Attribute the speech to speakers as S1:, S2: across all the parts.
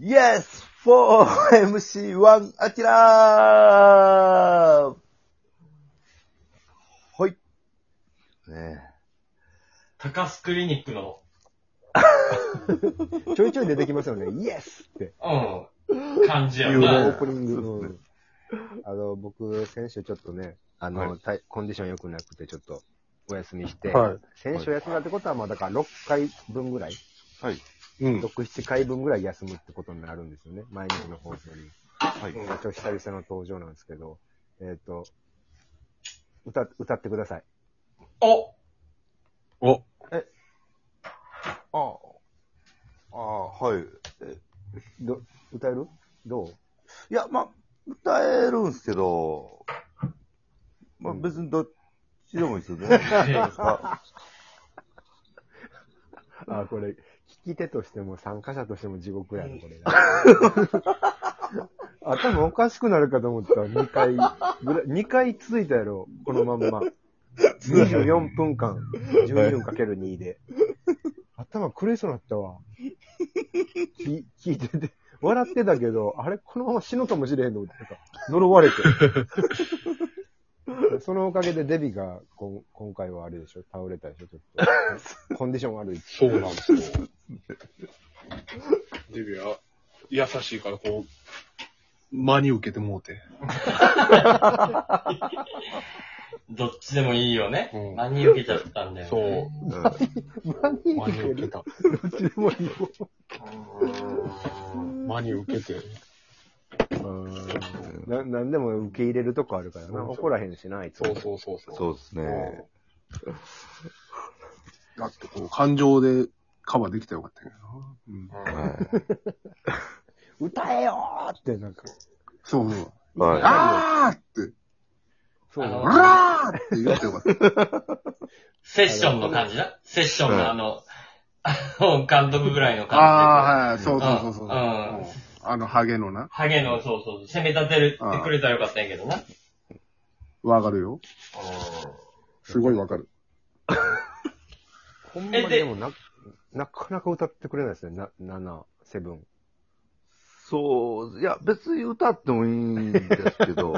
S1: Yes for MC1 アキラーほい。ね
S2: 高須クリニックの、
S3: ちょいちょい出てきます よね。イエスって。
S2: うん、感じや
S1: 言う
S3: オ
S1: ね
S2: な。
S3: ープニング。
S1: そう
S3: う
S1: です
S3: んあの、僕、先週ちょっとね、あの、
S1: は
S3: 体コンディション良くなくて、ちょっと、お休みして、
S1: はい
S3: 先週休んだってことは、まあ、だから6回分ぐらい、
S1: え。はい。
S3: う6、7回分ぐらい休むってことになるんですよね。毎日の放送に。
S1: はい。
S3: ちょっと久々の登場なんですけど、えっ、と、歌、歌ってください。
S2: お
S1: お。え。ああ。ああ、はい。
S3: ど、歌えるどう
S1: いや、まあ、歌えるんすけど、まあ
S3: うん
S1: 別にどっちでもいいですよ ね。あ
S3: あ、これ、聞き手としても参加者としても地獄やな、これ。 頭おかしくなるかと思ったら、2回ぐらい、2回 続いたやろ、このまんま。24分間、14かける2で。頭狂いそうになったわ。き聞いてて、笑ってたけど、あれ、このまま死ぬかもしれへんのってた。呪われて。そのおかげでデビが、こん今回はあれでしょ倒れたでしょちょっと。コンディション悪いって。
S4: そうなんですよ。 デビューは優しいから、こう、真に受けてもうて。
S2: どっちでもいいよね
S4: うん。
S2: 真に受けちゃったんだよね。
S4: そう。
S3: 何
S4: 真に受けた。
S3: どっちでもいいよ。
S4: 真に受けて。
S3: ななんでも受け入れるとこあるからな。
S4: そうそう
S3: 怒らへんしな、あいつも。
S4: そうそうそうそう。
S1: そうですね。
S4: うんだってこう、感情でカバーできたらよかったけどな。うん、
S2: うん
S1: はい
S3: 歌えよーって、なんか。
S4: そうそう。
S1: はい。
S4: あーって、
S3: そう
S2: あの
S4: うらーって言ってよかった。
S2: セッションの感じな。セッション
S1: うん
S2: のあの、 あの、監督ぐらいの感
S4: あーはい、そうそうそうそう。
S2: うん
S4: うんあの、ハゲのな。
S2: じで。ハゲの、そうそうそう、攻め立てるってくれたらよかったんやけどな。
S4: わかるよ。すごいわかる。
S3: ほんま
S2: え
S3: に
S2: で
S3: でもな、なかなか歌ってくれないですね。な、7、セブン。
S1: そう、いや、別に歌ってもいいんですけ ど、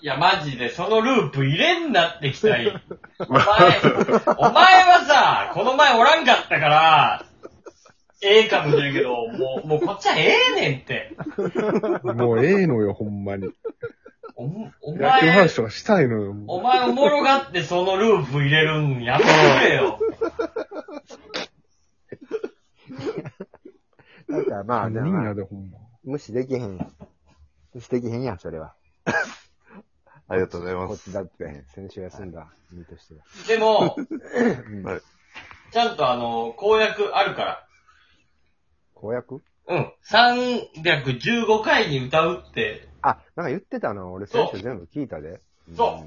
S2: いや、マジで、そのループ入れんなってき たい。お前、お前はさ、この前おらんかったから、ええかもしれんけど、もう、もうこっちはええねんって。
S4: もうええのよ、ほんまに。
S2: おも、お前、
S4: 手はしたいのよ。
S2: お前おもろがってそのループ入れるんやめてくれよ。
S3: だからまあ、 でもまあ
S4: でほんま。
S3: 無視できへん。無視できへんやん、それは。
S1: ありがとうござい
S3: こ
S1: ま
S3: っち
S1: す。
S3: だって、先週休んだ身としては。
S2: でも、
S1: はい
S2: ちゃんとあの、公約あるから。
S3: 公約
S2: うん。315回に歌うって、
S3: あ、なんか言ってたな。俺先週全部聞いたで。
S2: そ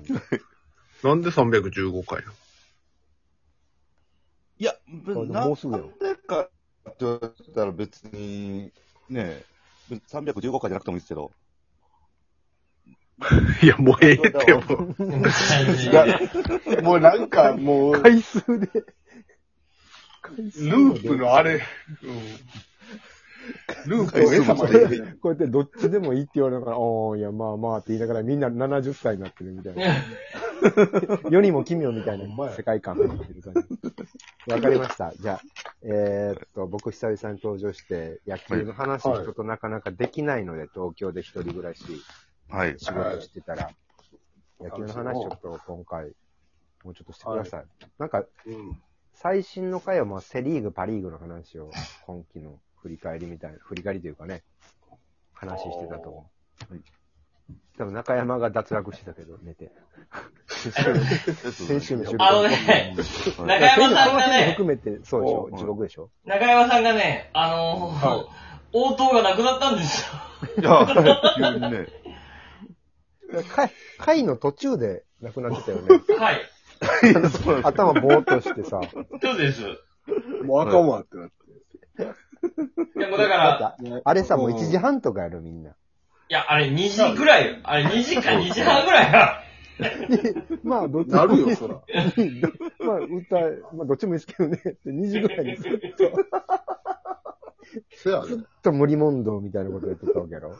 S4: なんで315回
S1: いや、別に
S3: もうすぐよ
S1: なんでかって言われたら別に、ねえ、315回じゃなくてもいいですけど、
S4: いや、もうええってよ。
S2: う。うん感じ
S4: い
S2: で
S4: やもうなんか、もう、
S3: 回数で。回数で
S4: ループのあれ、うんループを餌まで入れる。
S3: こうやってどっちでもいいって言われながら、 おー、いや、まあまあって言いながらみんな70歳になってるみたい な。世にも奇妙みたいな世界観になってる感じ。わかりました。じゃあ、えー、っと、僕久々に登場して、野球の話
S4: はい
S3: 人となかなかできないので、東京で一人暮らし、
S1: はい。
S3: 仕事してたら、野球の話ちょっと今回、もうちょっとしてください。なんか、最新の回はまあセリーグ、パリーグの話を、今季の振り返りみたいな、振り返りというかね、話してたと思う。はい多分中山が脱落してたけど、寝て。先週の収 録。
S2: あのね、
S1: はい
S2: 中山さんが
S3: そういうの
S2: ね、
S3: 含めて、そう
S1: お、
S3: でしょ地獄でしょ。
S2: 中山さんがね、あのー
S4: は
S2: 応答がなくなったんですよ。
S1: いや、急に ね。
S3: 回、回の途中で亡くなってたよね。
S2: はい。
S1: いやそうなんです
S3: 頭ぼーっとしてさ。
S2: そうです。い
S4: もうあかんわってなって。
S2: や、もうだから、
S3: あれさ、もう1時半とかやろ、みんな。
S2: いや、あれ2時ぐらいよ。あれ2時か2時半ぐらいや。
S3: まあ、どっち
S4: な
S3: も
S4: るよ、
S3: いい
S4: そら。
S3: まあ、歌え、まあ、どっちもいいですけどね。で2時ぐらいにずっと。
S5: せや
S3: ず
S5: で。
S3: っと無理問答みたいなこと言ってたわけやろ。
S2: うん。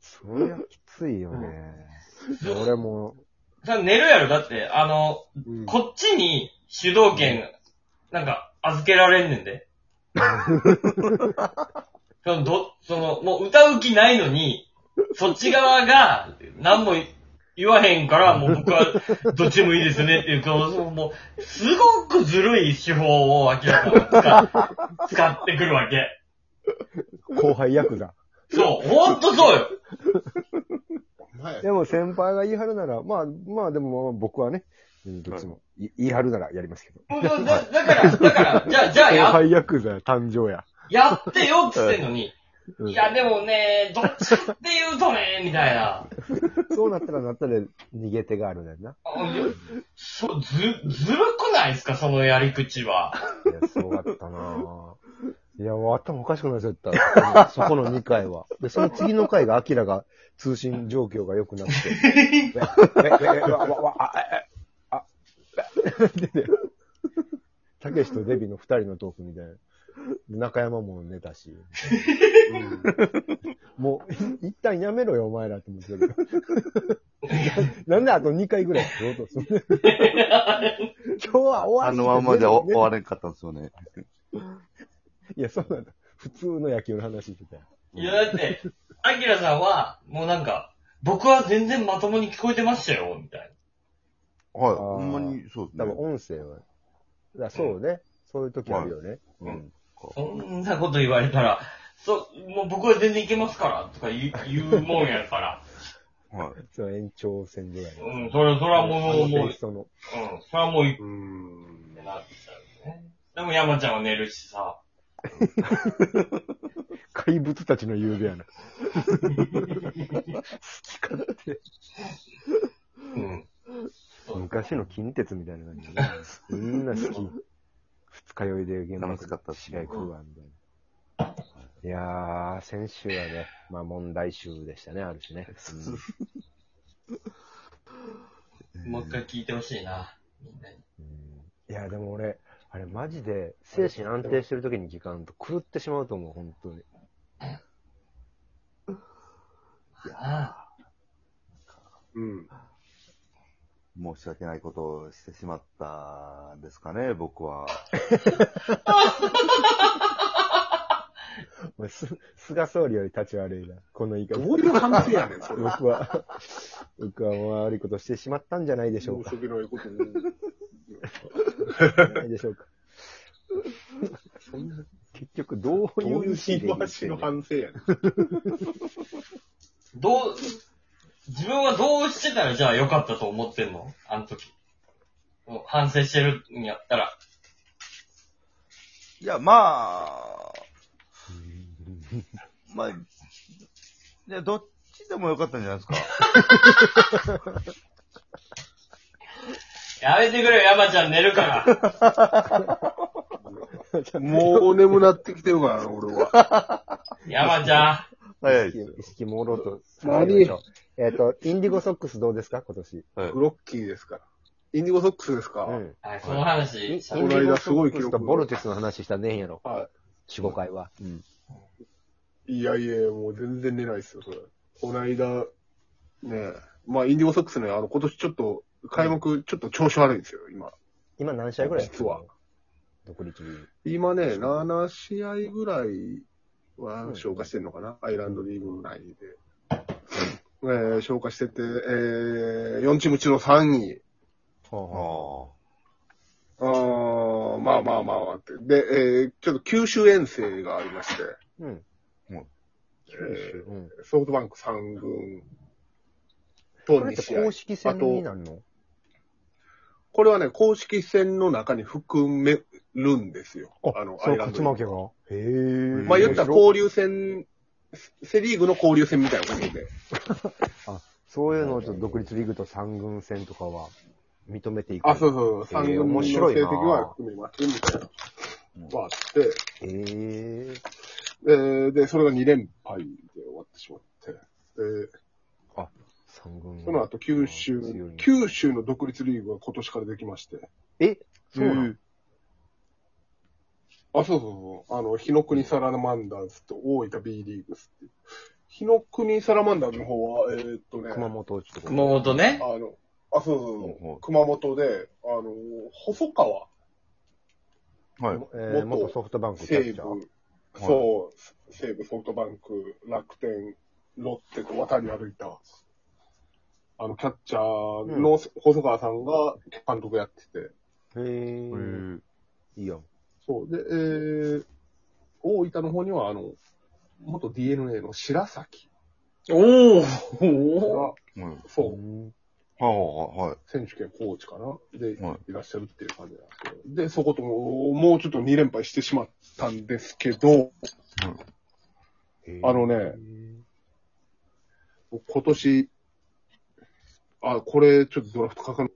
S3: そりゃきついよね。俺も、
S2: じゃあ寝るやろ、だって、あの、
S4: うん
S2: こっちに主導権、なんか、預けられんねんで。 その、ど、その、もう歌う気ないのに、そっち側が、何も言わへんから、もう僕は、どっちもいいですねっていう、このもう、すごくずるい手法を明らかに使っ使ってくるわけ。
S3: 後輩役だ。
S2: そう、ほんとそうよ。
S5: お前
S3: でも先輩が言い張るなら、まあ、まあでも僕はね、うんどっちも、い言い張るならやりますけど。
S2: もうだだだから、だから、じゃあ、じゃあ
S3: 後
S2: や、
S3: 輩役だ、誕生や。
S2: やってよって言ってんのに、
S3: うん
S2: いや、でもね、どっちかっていうとね、みたいな。
S3: そうなったらなったで逃げ手があるんだよな。
S2: あいやそ、ず、ずるくないですか、そのやり口は。
S3: いや、すごかったなぁ。いや、もう頭おかしくなっちゃった。そこの2回は。で、その次の回が、アキラが通信状況が良くなって。え、え、え、わ、わ、わ、あ、え、あ、え、たけしとデビの2人のトークみたいな。中山も寝たし。もう、い一旦やめろよ、お前らって思ってる。ななんであと2回ぐらいしようとする今日は終わ
S1: あ
S3: り
S1: のままじゃお終われんかったんですよね。
S3: いや、そうなんだ。普通の野球の話してたよ。
S2: いや、だって、アキラさんは、もうなんか、僕は全然まともに聞こえてましたよ、みたい
S1: はい。
S3: ー
S1: ほんまにそうです
S3: 多
S1: ね
S3: 分。音声は。だからそうね。そういう時あるよね。
S1: うん。
S2: な。そんなこと言われたら、そ、もう僕は全然いけますから、とか言う言うもんやから。
S1: はい。
S3: その延長戦ぐらい
S2: う
S3: の。
S2: ん、それは、それはもう、もう、う
S3: テ
S2: ん、
S3: イストの。
S2: それはもう、って
S4: うん。
S2: なっちゃうよね。でも山ちゃんは寝るしさ。
S3: 怪物たちの夕べやな。
S2: うん。
S3: 昔の近鉄みたいな感じだね。みんな好き。二日酔いで現場
S1: 楽しかったっす
S3: 試
S1: ね
S3: 合食うわ、みたいな。いやー、先週はね、まあ問題集でしたね、あるしね。
S2: もう一回聞いてほしいな。みんなに。
S3: いや、でも俺、あれマジで、精神安定してる時に時間と狂ってしまうと思う、本当に。
S2: あ
S4: うん。
S1: 申し訳ないことをしてしまったんですかね、僕は。
S3: お前す、菅総理より立ち悪いな、この言い方。
S4: どういう反省やねん、それ。
S3: 僕は、僕はもう悪いことしてしまったんじゃないでしょうか
S4: 申。し訳ないこと に。
S3: ないでしょうか。結局、どうい
S4: どういうう
S3: 意
S4: 言
S3: 思
S4: い
S3: で言
S4: 回
S3: っ
S4: して
S3: ん
S4: の
S3: の
S4: 反省やねん。
S2: あ。どう、自分はどうしてたらじゃあ良かったと思ってんのあの時。もう反省してるんやったら。
S1: いや、まあ、まあ、いや、どっちでもよかったんじゃないですか。
S2: やめてくれよ、山ちゃん寝る から。
S4: もう眠なってきてるからな、俺 は。
S2: 山ちゃ
S1: 早い
S3: 意
S1: ですよ
S3: 識意識朦朧と。
S4: 何
S3: えっと、インディゴソックスどうですか今年。
S1: はい
S4: グロッキーですから。インディゴソックスですか、
S3: うん。
S2: ん。はい、その話。
S3: インインデ
S2: しゃべ
S3: ィ
S2: る
S4: この
S3: ゴ
S4: 間す
S3: ソ
S4: ご
S3: ッ
S4: い記
S3: クス
S4: 録
S3: とボルテスの話したらねえんやろ。
S4: は
S3: 4、5回は。
S4: い。いやいや、もう全然寝ないですよ、それ。この間、ねえ。まあ、インディゴソックスね、あの、今年ちょっと、開幕、ちょっと調子悪いんですよ、今。
S3: 今何試合ぐらい
S4: 実は。
S3: 独立リーグ
S4: 今ね、7試合ぐらいは消化してんのかな、アイランドリーグ内で。えー、消化してて、えー、4チーム中の3位。
S1: あ
S3: は
S1: あ。
S4: あーまあまあまあまあって。で、えー、ちょっと九州遠征がありまして、
S3: あうん。
S4: え
S3: うん。
S4: ー、ソフトバンク3軍
S3: ことれっ
S4: 2
S3: て
S4: 試合。
S3: 公式戦になるの
S4: これはね、公式戦の中に含めるんですよ。あの、
S3: そ
S4: ア
S3: の
S4: イラン
S3: 勝ち
S4: ド
S3: 負け
S4: リー
S3: が。へえ。
S4: グ。まあ言ったら
S3: こ
S4: 交流戦、セリーグの交流戦みたいなことで。
S3: そういうのをちょっと独立リーグと三軍戦とかは認めていく。。
S4: あ、そううそう、三
S3: えー
S4: 軍の
S3: 面
S4: 成
S3: 白いな
S4: 績は組みますみたいな。まあって、
S3: へえ。
S4: えーで、それが2連敗で終わってしまって、で、
S3: 三軍。
S4: その後九州
S3: 強いね、
S4: 九州の独立リーグが今年からできまして、
S3: えそうなの
S4: んああ、そうそうそう。あの、日の国サラマンダーズと大分 B リーグスっていう。日の国サラマンダーズの方は、えーっとね、
S3: 熊本ちょっと。
S2: 熊本ね。
S4: あの、あ、そうそうそう。
S1: うんうん
S4: 熊本で、あの、細川
S1: はい。
S3: えー、元ソフトバンクキャ
S4: 西
S3: ッチャー。
S4: 武、そう、西武ソフトバンク、楽天、ロッテと渡り歩いた、あの、キャッチャーの細川さんが監督やってて、
S3: へ
S1: え
S3: ー。
S1: ー、
S3: いいやん。
S4: そう、で、えー、大分の方には、あの、元 DNA の白崎
S2: おお
S4: が、
S1: うん。は
S4: そう、
S3: ん。
S1: あ、はあ、はい。
S4: 選手権コーチかなで、
S1: はい
S4: いらっしゃるっていう感じなんですけど。で、そことも、もうちょっと2連敗してしまったんですけど、あのね、今年、あ、これ、ちょっとドラフトかかん、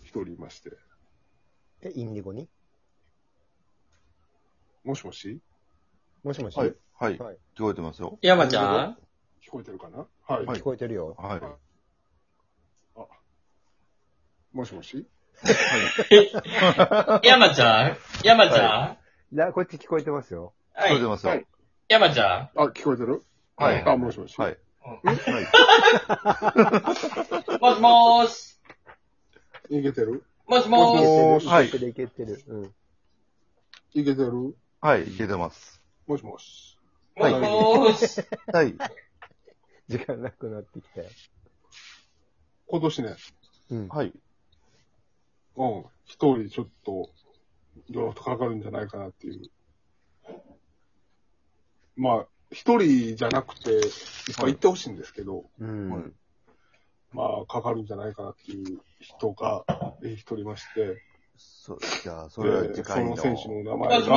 S4: 一人いまして。
S3: え、インディゴに
S4: もしもし
S3: もしもし、
S1: はい。はい
S3: はい。
S1: 聞こえてますよ。
S2: 山ちゃん
S4: 聞こえてるかなはい。
S1: はい
S3: 聞こえてるよ。
S1: はい。は
S4: もしもし
S1: い。
S2: 山ちゃん山ちゃん
S3: いや、こっち聞こえてますよ。
S1: 聞
S2: は
S1: こえて
S2: い。
S1: ますよ。
S4: はい
S2: 山ちゃ
S4: あ、聞こえてる
S1: はい
S4: あ、もしもし
S1: はい。
S2: うん
S1: はい。
S2: んもしもーし
S4: いけてる
S2: もしもーし
S4: もし
S1: はい
S3: いけてる、いけてる。うん。
S4: いけてる
S1: はい。聞いてます。
S4: もしもし
S2: もしもーし
S1: はい。
S3: 時間なくなってきたよ。
S4: 今年ね、
S3: うん。
S1: はい。
S4: うん、一人ちょっと、ドラフトかかるんじゃないかなっていう。まあ、一人じゃなくて、いっぱい行ってほしいんですけど、
S3: うん。
S1: はい
S4: まあ、かかるんじゃないかなっていう人が、えー一人いまして、
S1: そじゃあ、それは次回の。
S4: えーその選手の名
S2: も
S4: 前
S2: し